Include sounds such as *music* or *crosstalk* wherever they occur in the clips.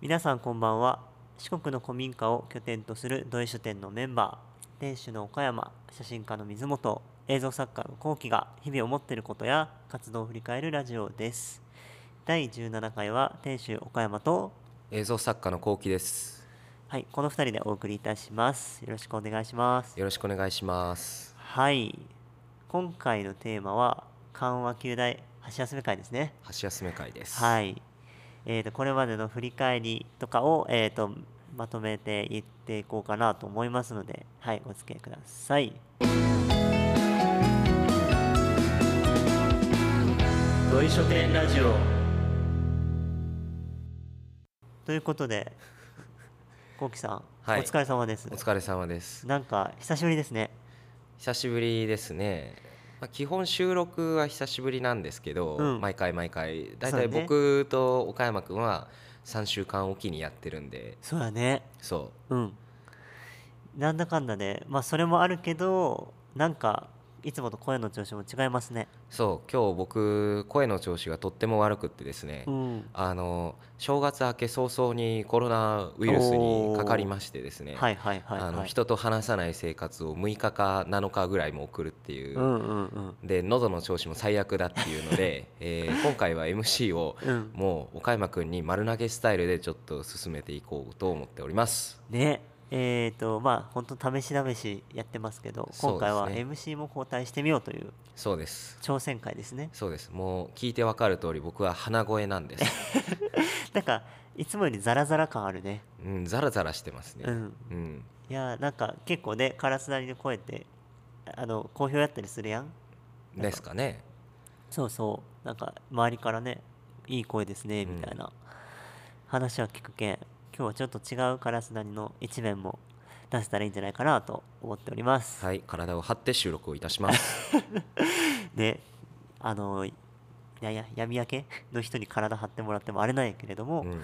皆さんこんばんは四国の古民家を拠点とする土井書店のメンバー店主の岡山写真家の水本映像作家の幸喜が日々思っていることや活動を振り返るラジオです第17回は店主岡山と映像作家のこうきですはいこの2人でお送りいたしますよろしくお願いしますよろしくお願いしますはい今回のテーマは緩和球大箸休め会ですね箸休め会ですはい、えー、とこれまでの振り返りとかを、えー、とまとめていっていこうかなと思いますので、はい、お付き合いください。土井書店ラジオということで、こうきさん、はいお疲れ様ですお。疲れ様ですなんか久しぶりですね。久しぶりですねまあ基本収録は久しぶりなんですけど、うん毎回毎回だいそうだたいね僕と岡山くんは3週間おきにやってるんでそうだね。そうん。なんだかんだで、まあそれもあるけど、なんかいつもと声の調子も違いますね。うそう今日僕声の調子がとっても悪くってですね、うん。あの正月明け早々にコロナウイルスにかかりましてですね、はいはいはい、はい、あの人と話さない生活を6日か7日ぐらいも送るっていう、うんうんうんで喉の調子も最悪だっていうので、えー今回は MC をうんもう岡山君に丸投げスタイルでちょっと進めていこうと思っておりますねえー、とまあ本当試し試しやってますけどそう今で回すねは MC も交代してみようというそうです挑戦会ですねそうですもう聞いてわかる通り僕は鼻声なんです、なんかいつもよりザラザラ感あるねうん、ザラザラしてますねうんうん、いやーなんか結構ねカラスなりの声ってあの好評やったりするやんですかねそうそうなんか周りからねいい声ですねうんみたいな話は聞くけん今日はちょっと違うカラスなりの一面も出せたらいいんじゃないかなと思っておりますはい体を張って収録をいたしますであのいやいや闇明けの人に体張ってもらってもあれなんやけれども、うん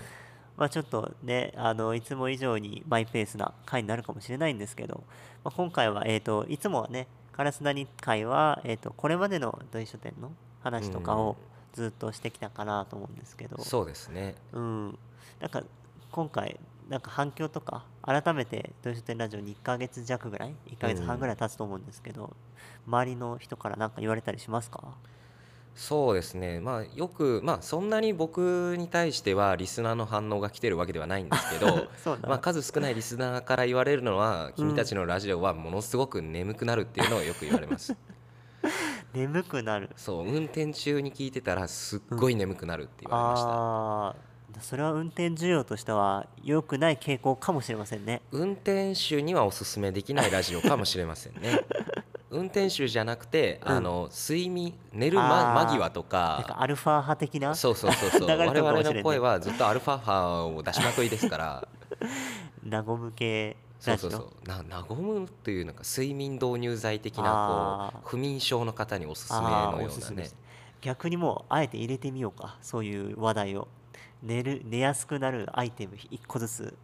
まあ、ちょっとねあのいつも以上にマイペースな回になるかもしれないんですけど、まあ、今回は、えー、といつもはね「カラスなり会は」えー、とこれまでの土井書店の話とかをずっとしてきたかなと思うんですけど、そうですねうん、なんか今回なんか反響とか改めて「土井書店ラジオ」に1ヶ月弱ぐらい1ヶ月半ぐらい経つと思うんですけど、周りの人から何か言われたりしますかそうですね、まあ、よく、まあ、そんなに僕に対してはリスナーの反応が来てるわけではないんですけどそうなんだまあ、数少ないリスナーから言われるのはうん君たちのラジオはものすごく眠くなるっていうのをよく言わ *laughs* れます。眠くなるそう運転中に聞いてたらすっごい眠くなるって言われました。ああそれは運転需要としては良くない傾向かもしれませんね運転手にはおすすめできないラジオかもしれません *laughs* ね。運転手じゃなくて、うんあの睡眠寝る、あま、ー間際となんかかアルファ派的なそうそうそうそう流れ我てるかもしれない々の声はずっとアルファ波を出しまくりで *laughs* すから。和む系そラうジそオうそうな和むというなんか睡眠導入剤的なあこう不眠症の方におすすめあーのおよすうなすめねです逆にもうあえて入れてみようかそういう話題を寝る寝やすくなるアイテム1個ずつ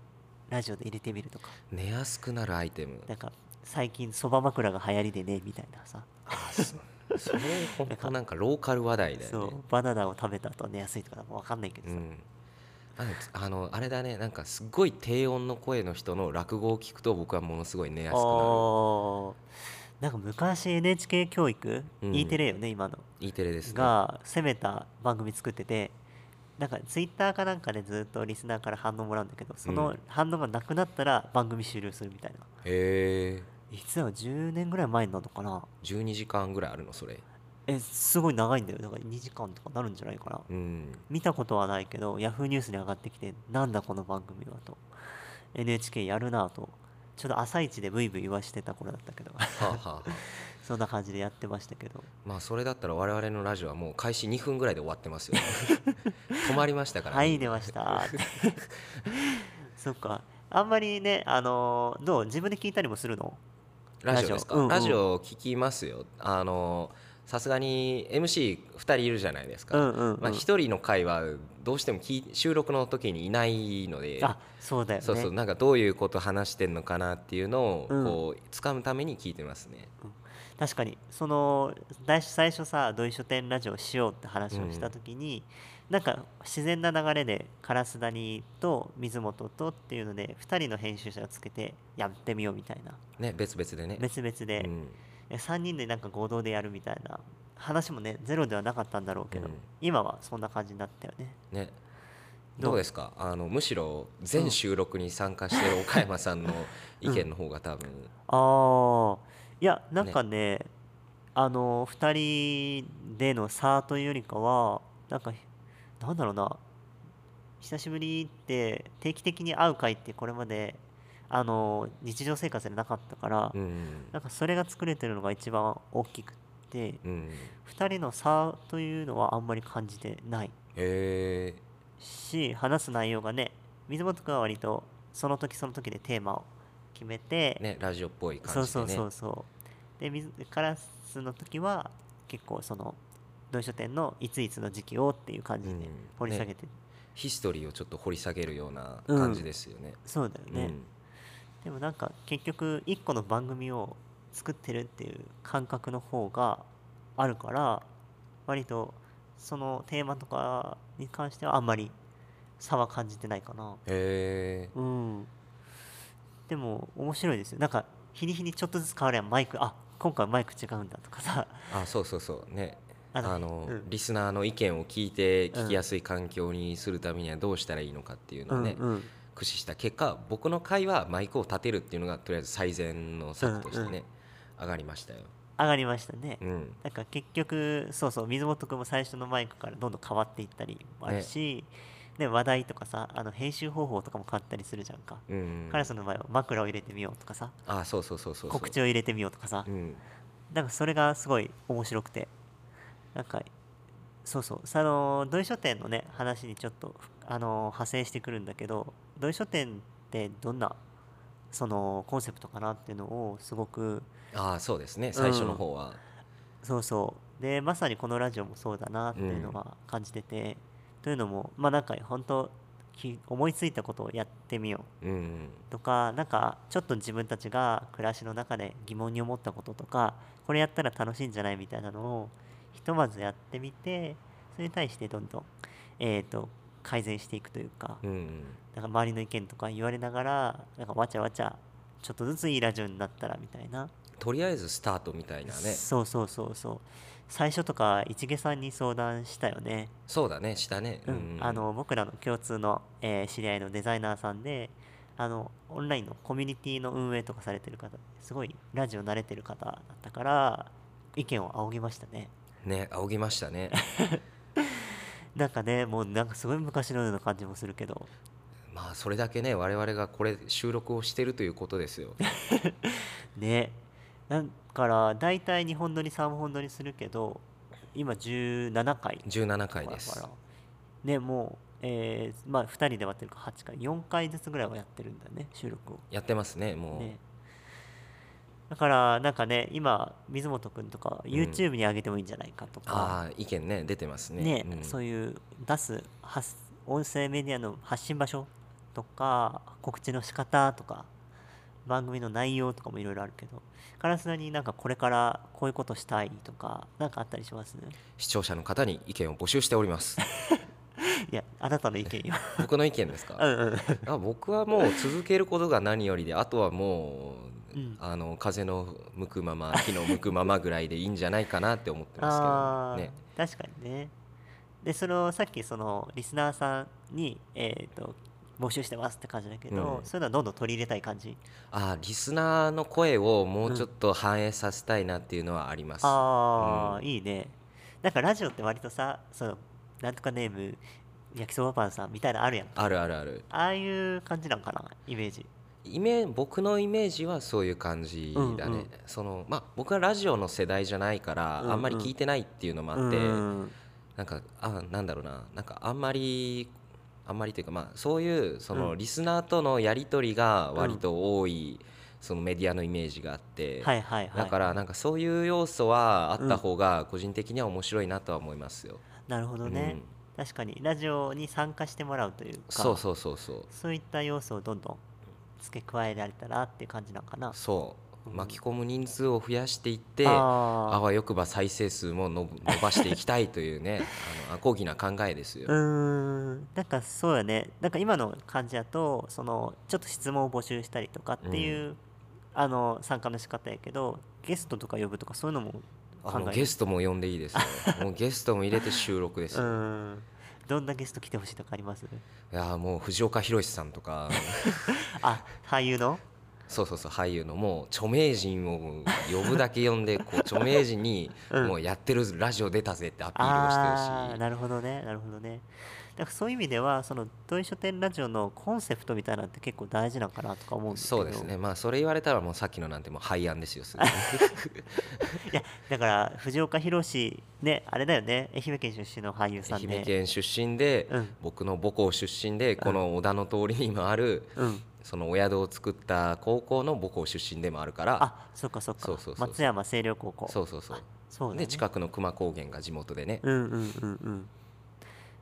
ラジオで入れてみるとか寝やすくなるアイテムなんか最近そば枕が流行りでねみたいなさ、あーそうそれ本当なんかローカル話題だそようねバナナを食べた後は寝やすいとかなんかわかんないけどうさ、んあのつあのあれだねなんかすごい低音の声の人の落語を聞くと僕はものすごい寝やすくなあーなんか昔 NHK 教育、うん E テレよね今のる E テレですねが攻めた番組作っててなんかツイッターかなんかでずっとリスナーから反応もらうんだけどそうのん反応がなくなったら番組終了するみたいな、へえいつだろう10年ぐらい前になるのかな12時間ぐらいあるのそれえすごい長いんだよだから2時間とかなるんじゃないかなうん見たことはないけど Yahoo ニュースに上がってきてなんだこの番組はと NHK やるなぁとちょっと朝一でブイブイ言わしてた頃だったけど *laughs* はあ、はあはあ、そんな感じでやってましたけどまあそれだったら我々のラジオはもう開始2分ぐらいで終わって *laughs* ますよ、ね、止まりましたから、はい出ましたそっかあんまりねあのーどう自分で聞いたりもするのラジオですかラジオうんうんラジオ聞きますよあのさすがに MC2 人いるじゃないですか、うんうんうんまあ、1人の回はどうしても聞い収録の時にいないのであそうだよねそうそうなんかどういうこと話してんのかなっていうのをうんこう掴むために聞いてますね、確かにそのだい最初さ土井書店ラジオしようって話をした時に、なんか自然な流れで烏谷と水本とっていうので2人の編集者をつけてやってみようみたいなね別々でね別々でうん3人でなんか合同でやるみたいな話もねゼロではなかったんだろうけど、うん今はそんな感じになったよねねどうどうですかあのむしろ全収録に参加してる岡山さんの意見の方が多分、ああいやなんかねあの2人での差というよりかはなんかなんだろうな久しぶりって定期的に会う会ってこれまであの日常生活でなかったから、うんなんかそれが作れてるのが一番大きくてうん、 2人の差というのはあんまり感じてないえし話す内容がね水本君は割とその時その時でテーマを決めてー、ねラジオっぽいそ感うじでそねうそうそうで水カラスの時は結構その同書店のいついつの時期をっていう感じうんで掘り下げて、ヒストリーをちょっと掘り下げるような感じですよね、そうだようんね、でもなんか結局1個の番組を作ってるっていう感覚の方があるから割とそのテーマとかに関してはあんまり差は感じてないかなえーうんでも面白いですよなんか日に日にちょっとずつ変わればマイクあ今回マイク違うんだとかさ *laughs* あそうそうそうねああののうんリスナーの意見を聞いて聞きやすい環境にするためにはどうしたらいいのかっていうのをね、うんうん駆使した結果僕の回はマイクを立てるっていうのがとりあえず最善の策としてね、うんうん上がりましたよ、上がりましたね、うん、なんか結局そうそう水本君も最初のマイクからどんどん変わっていったりもあるし、で話題とかさあの編集方法とかも変わったりするじゃんか、うんうん彼らの場合は枕を入れてみようとかさあそうそうそうそうそう告知を入れてみようとかさ、うんなんかそれがすごい面白くてなんかそうそうその土井書店のね話にちょっとあの派生してくるんだけど土井書店ってどんなそのコンセプトかなっていうのをすごくあそうですね最初の方は、そうそうでまさにこのラジオもそうだなっていうのうんは感じてて、というのもまあなんか本当き思いついたことをやってみよううんとかなんかちょっと自分たちが暮らしの中で疑問に思ったこととかこれやったら楽しいんじゃないみたいなのをひとまずやってみてそれに対してどんどん、えー、と改善していくというか,、うんうんなんか周りの意見とか言われながらなんかわちゃわちゃちょっとずついいラジオになったらみたいなとりあえずスタートみたいなねそうそうそうそう最初とか市毛さんに相談したよね、そうだねしたね、ううんんあの僕らの共通の、えー知り合いのデザイナーさんであのオンラインのコミュニティの運営とかされてる方ですごいラジオ慣れてる方だったから意見を仰ぎましたねね仰ぎまし *laughs* たねなんかねもうなんかすごい昔のような感じもするけどまあそれだけね我々がこれ収録をしてるということですよねだから大体2本撮り3本撮りするけど今17回17回ですだからねもう、えーまあ、2人で割ってるから8回4回ずつぐらいはやってるんだよね収録をやってますねもうねだからなんかね今水本くんとか YouTube に上げてもいいんじゃないかとか、ああ意見ね出てますねねうんそういう出す発音声メディアの発信場所とか告知の仕方とか番組の内容とかもいろいろあるけどカラスナになんかこれからこういうことしたいとかなんかあったりしますね視聴者の方に意見を募集しております *laughs* いやあなたの意 *laughs* 見よ僕の意見ですかうんうんあ僕はもう続けることが何よりであとはもうう、んあの風の向くまま火の向くままぐらいでいいんじゃないかなって思ってますけどねあー確かにねでそのさっきそのリスナーさんに、えー、と募集してますって感じだけど、うんそういうのはどんどん取り入れたい感じあーリスナーの声をもうちょっと反映させたいなっていうのはあります、ああ、うんいいねなんかラジオって割とさそのなんとかネーム焼きそばパンさんみたいなのあるやんあるあるあるああいう感じなんかなイメージイメ僕のイメージはそういう感じだね、うんうんそのまあ僕はラジオの世代じゃないから、うんうんあんまり聞いてないっていうのもあって、うんなんかあなんだろうななんかあんまりあんまりというかまあそういうそうのんリスナーとのやり取りが割と多い、そのメディアのイメージがあって、はいはいはいだからなんかそういう要素はあった方が個人的には面白いなとは思いますよ。なるほどね、確かにラジオに参加してもらうというかそうそうそうそうそういった要素をどんどん付け加えられたらっていう感じなんかなそ巻き込む人数を増やしていってあああわよくば再生数もの伸ばしていきたいというねあのアコギな考えですうよ。ーんなんかそうやねなんか今の感じだとそのちょっと質問を募集したりとかっていう、あの参加の仕方やけどゲストとか呼ぶとかそういうのもあ考のえゲストも呼んでいいですよ。もうゲストも入れて収録ですうよ。ーんどんなゲスト来てほしいとかありますいやーもう藤岡弘さんとかあ俳優のそうそうそう俳優のもう著名人を呼ぶだけ呼んでこう著名人にうんもうやってるラジオ出たぜってアピールをあしてあるしなるほどねなるほどねだからそういう意味ではその同意書店ラジオのコンセプトみたいなのって結構大事なんかなとか思うんですけどそうですねまあそれ言われたらもうさっきのなんてもう廃案です *laughs* よすぐにいやだから藤岡弘ねあれだよね愛媛県出身の俳優さんで、愛媛県出身で、うん僕の母校出身でこの織田の通りにもある、うんそのお宿を作った高校の母校出身でもあるからあそっかそっかそうそうそうそう松山清涼高校そうそうそうそうだねで近くの熊高原が地元でね、うんうんうんうん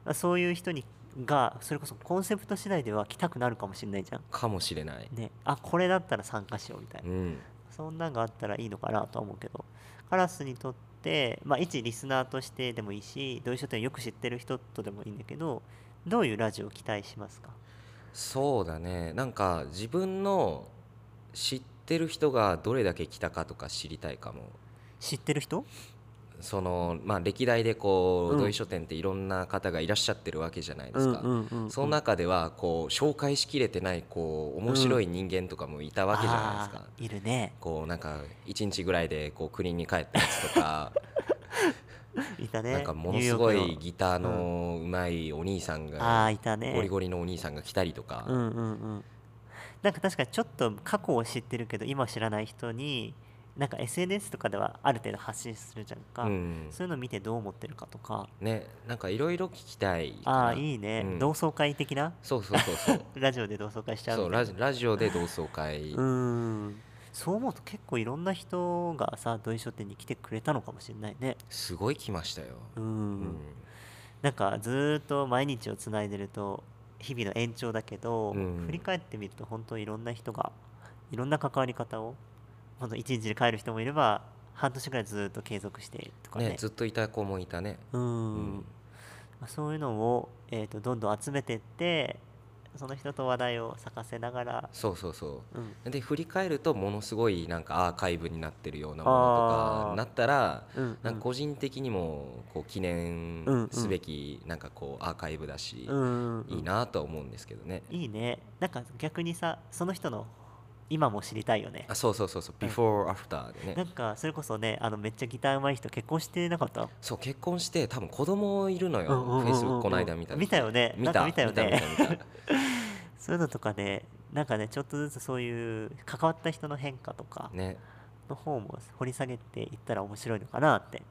あそういう人にがそれこそコンセプト次第では来たくなるかもしれないじゃんかもしれない、ねあこれだったら参加しようみたいなうん、そんなんがあったらいいのかなとは思うけど、カラスにとって、まあ、一リスナーとしてでもいいし、同意書店をよく知ってる人とでもいいんだけど、どういうラジオを期待しますかそうだねなんか自分の知ってる人がどれだけ来たかとか知りたいかも知ってる人そのまあ歴代でこう、うん土井書店っていろんな方がいらっしゃってるわけじゃないうでんすうか、んうんうん。その中ではこう紹介しきれてないこう面白い人間とかもいたわけじゃないですか、あーいるね。こうなんか1日ぐらいでこう国に帰ったやつとかい *laughs* たね。なんかものすごニューヨーいクギターのうまいお兄さんのああ、がいたね。ゴリゴリのお兄さんが来たりとか、うんうんうん。なんか確かにちょっと過去を知ってるけど、今知らない人に、なんか SNS とかではある程度発信するじゃんか。うんそういうの見てどう思ってるかとか。ねなんかいろいろ聞きたいかなああ、いいね。うん同窓会的なそうそうそうそうラジオで同窓 *laughs* 会しちゃうそうみたいラなジラジオで同窓会、うーんそう思うと結構いろんな人がさ土井書店に来てくれたのかもしれないねすごい来ましたよ、うーんうんなんかずーっと毎日をつないでると日々の延長だけど、うん振り返ってみると本当いろんな人がいろんな関わり方をほんと1日で帰る人もいれば半年ぐらいずーっと継続してとかねねずっといた子もいたねうーんうんまあそういうのを、えー、とどんどん集めてってその人と話題を咲かせながら、そうそうそうん、うで振り返るとものすごいなんかアーカイブになってるようなものとあかーなったらうんなんか個人的にもこう記念うんうんすべきなんかこうアーカイブだし、うんいいなとは思うんですけどね、いいね。なんか逆にさ、その人の今も知りたいよねあ。そうそうそうそう before after でなねんかそれこそね、あのめっちゃギター上手い人結婚してなかったそう結婚して多分子供いるのようんうんうんうん Facebook この間見た時見たよね見なんたか見たよね見た見た見たそういうのとかで、なんかね、ちょっとずつそういう関わった人の変化とか *laughs* ねの方も掘り下げていったら面白いのかなって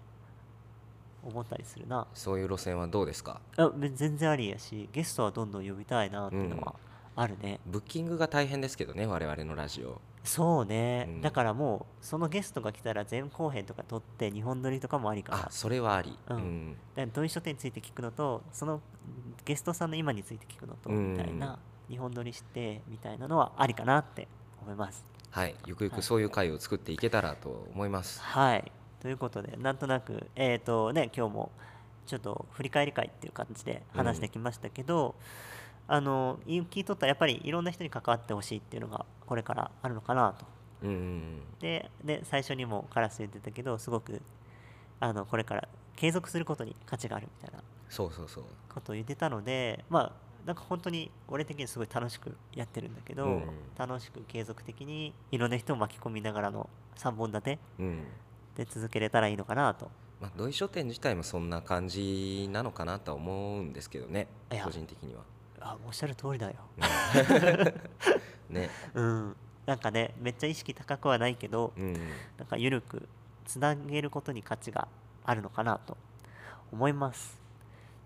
思ったりするな。そういう路線はどうですかあめ全然ありやし、ゲストはどんどん呼びたいなっていうのはあるね。ブッキングが大変ですけどね我々のラジオそうね、うんだからもう、そのゲストが来たら前後編とか撮って、日本撮りとかもありかなあそれはありううんん、だから同意書店について聞くのとそのゲストさんの今について聞くのとみたいな、日本撮りしてみたいなのはありかなって思います。はいゆくゆはいくそういう回を作っていけたらと思います、はいということでなんとなくえっ、とね今日もちょっと振り返り会っていう感じで話してきましたけど、あのい聞いとったらやっぱりいろんな人に関わってほしいっていうのがこれからあるのかなとうんでで最初にもカラス言ってたけどすごくあのこれから継続することに価値があるみたいなそうそうそうことを言ってたのでまあなんか本当に俺的にすごい楽しくやってるんだけど、うん楽しく継続的にいろんな人を巻き込みながらの3本立てうんで続けれたらいいのかなとまあ、土井書店自体もそんな感じなのかなとは思うんですけどねいや個人的にはあおっしゃる通りだよ *laughs* ねうんなんかねめっちゃ意識高くはないけど、うんなんか緩くつなげることに価値があるのかなと思います。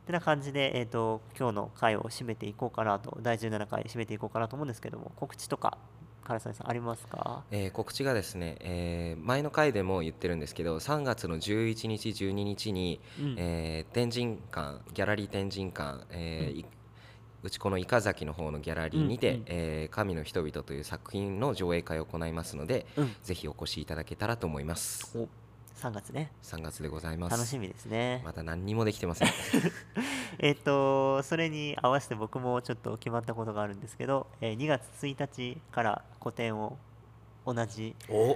てな感じで、えー、と今日の回を締めていこうかなと第17回締めていこうかなと思うんですけども告知とか唐沢さんありますかえー告知がですね、えー前の回でも言ってるんですけど3月の11日12日に、うんえー展示館ギャラリー展示館、えーうんいうちこの伊香崎の方のギャラリーにて「うんうんえー神の人々」という作品の上映会を行いますので、うんぜひお越しいただけたらと思いますお3月ね3月でございます楽しみですね、まだ何にもできてませ *laughs* んえっとそれに合わせて僕もちょっと決まったことがあるんですけど、えー2月1日から個展を同じお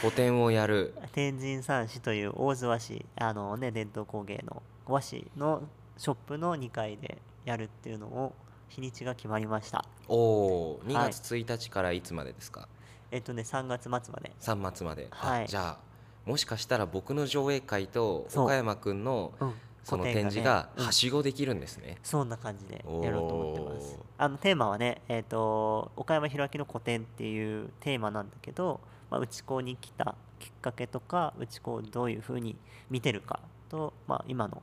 個展をやる天神三市という大津和紙あのね伝統工芸の和紙のショップの2階でやるっていうのを日にちが決まりましたおー2月1日からいつまでですか、えっとね3月末まで3月まで、あはいじゃあもしかしたら僕の上映会とそう岡山君のうんその個展展がね示がうんはしごできるんですね、そんな感じでやろうと思ってますおーあのテーマはねえっ、と岡山弘明の古典っていうテーマなんだけど、まあ、内子に来たきっかけとか内子をどういうふうに見てるかと、まあ、今の、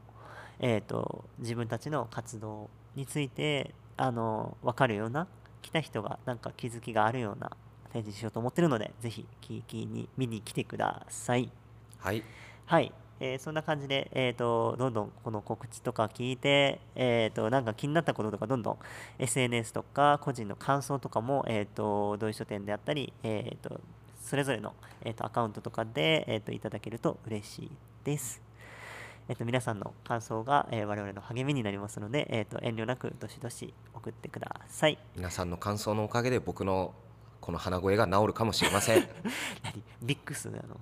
えー、と自分たちの活動についてあの分かるような来た人がなんか気づきがあるような展示しようと思ってるのでぜひ聞きに見に来てください。はいはい、えーそんな感じで、えー、とどんどんこの告知とか聞いて、えー、となんか気になったこととかどんどん SNS とか個人の感想とかも、えー、と同意書店であったり、えー、とそれぞれの、えー、とアカウントとかで、えー、といただけると嬉しいです。えー、と皆さんの感想が、えー我々の励みになりますので、えー、と遠慮なくどしどし送ってください。皆さんの感想のおかげで僕のこの鼻声が治るかもしれませ *laughs* ん何ビックスなの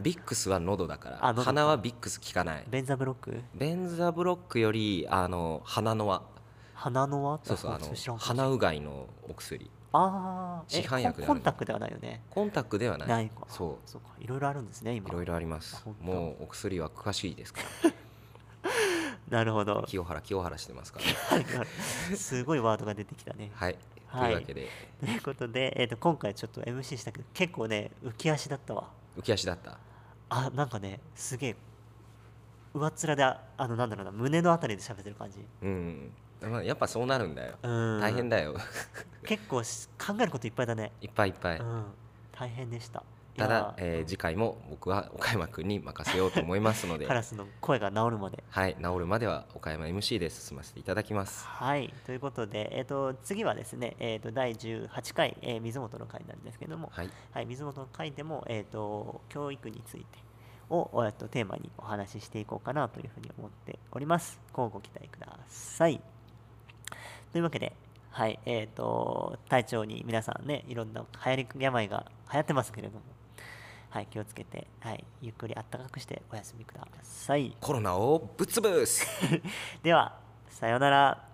ビックスは喉だからあ喉か鼻はビックス効かないベンザブロックベンザブロックよりあの鼻の輪鼻の輪そうそうあ知らのんかった鼻うがいのお薬ああ、え市販薬であるコンコンタクトではないよね。コンタクトではないないか。そそうか、いろいろあるんですね、う今。いろいろありまあす本当もうお薬は詳しいですから *laughs* なるほど。清原清原してますから *laughs* すごいワードが出てきたね。はい、はいというわけでということで、えー、と今回ちょっと MC したけど、結構ね、浮き足だったわ。浮き足だったあ、なんかね、すげえ、上っ面で、ああの、なんだろうな、胸のあたりで喋ってる感じ。うん、まあ、やっぱそうなるんだよ、うん。大変だ *laughs* よ結構し考えることいっぱいだね。いっぱいいっぱい、うん。大変でした。ただ、いやーえー次回も僕は岡山君に任せようと思います *laughs* のでカラスの声が治るまで。はい治るまでは岡山 MC で進ませていただきますはい、ということで、えー、と次はですね、えー、と第18回、えー水本の会なんですけども、はいはい、水本の会でも、えー、と教育についてを、えー、とテーマにお話ししていこうかなというふうに思っております。今後ご期待ください。というわけで、はいえー、と体調に皆さんね、いろんな流行り病が流行ってますけれども、はい、気をつけて、はい、ゆっくりあったかくしてお休みください。コロナをぶっ潰すでは、さようなら。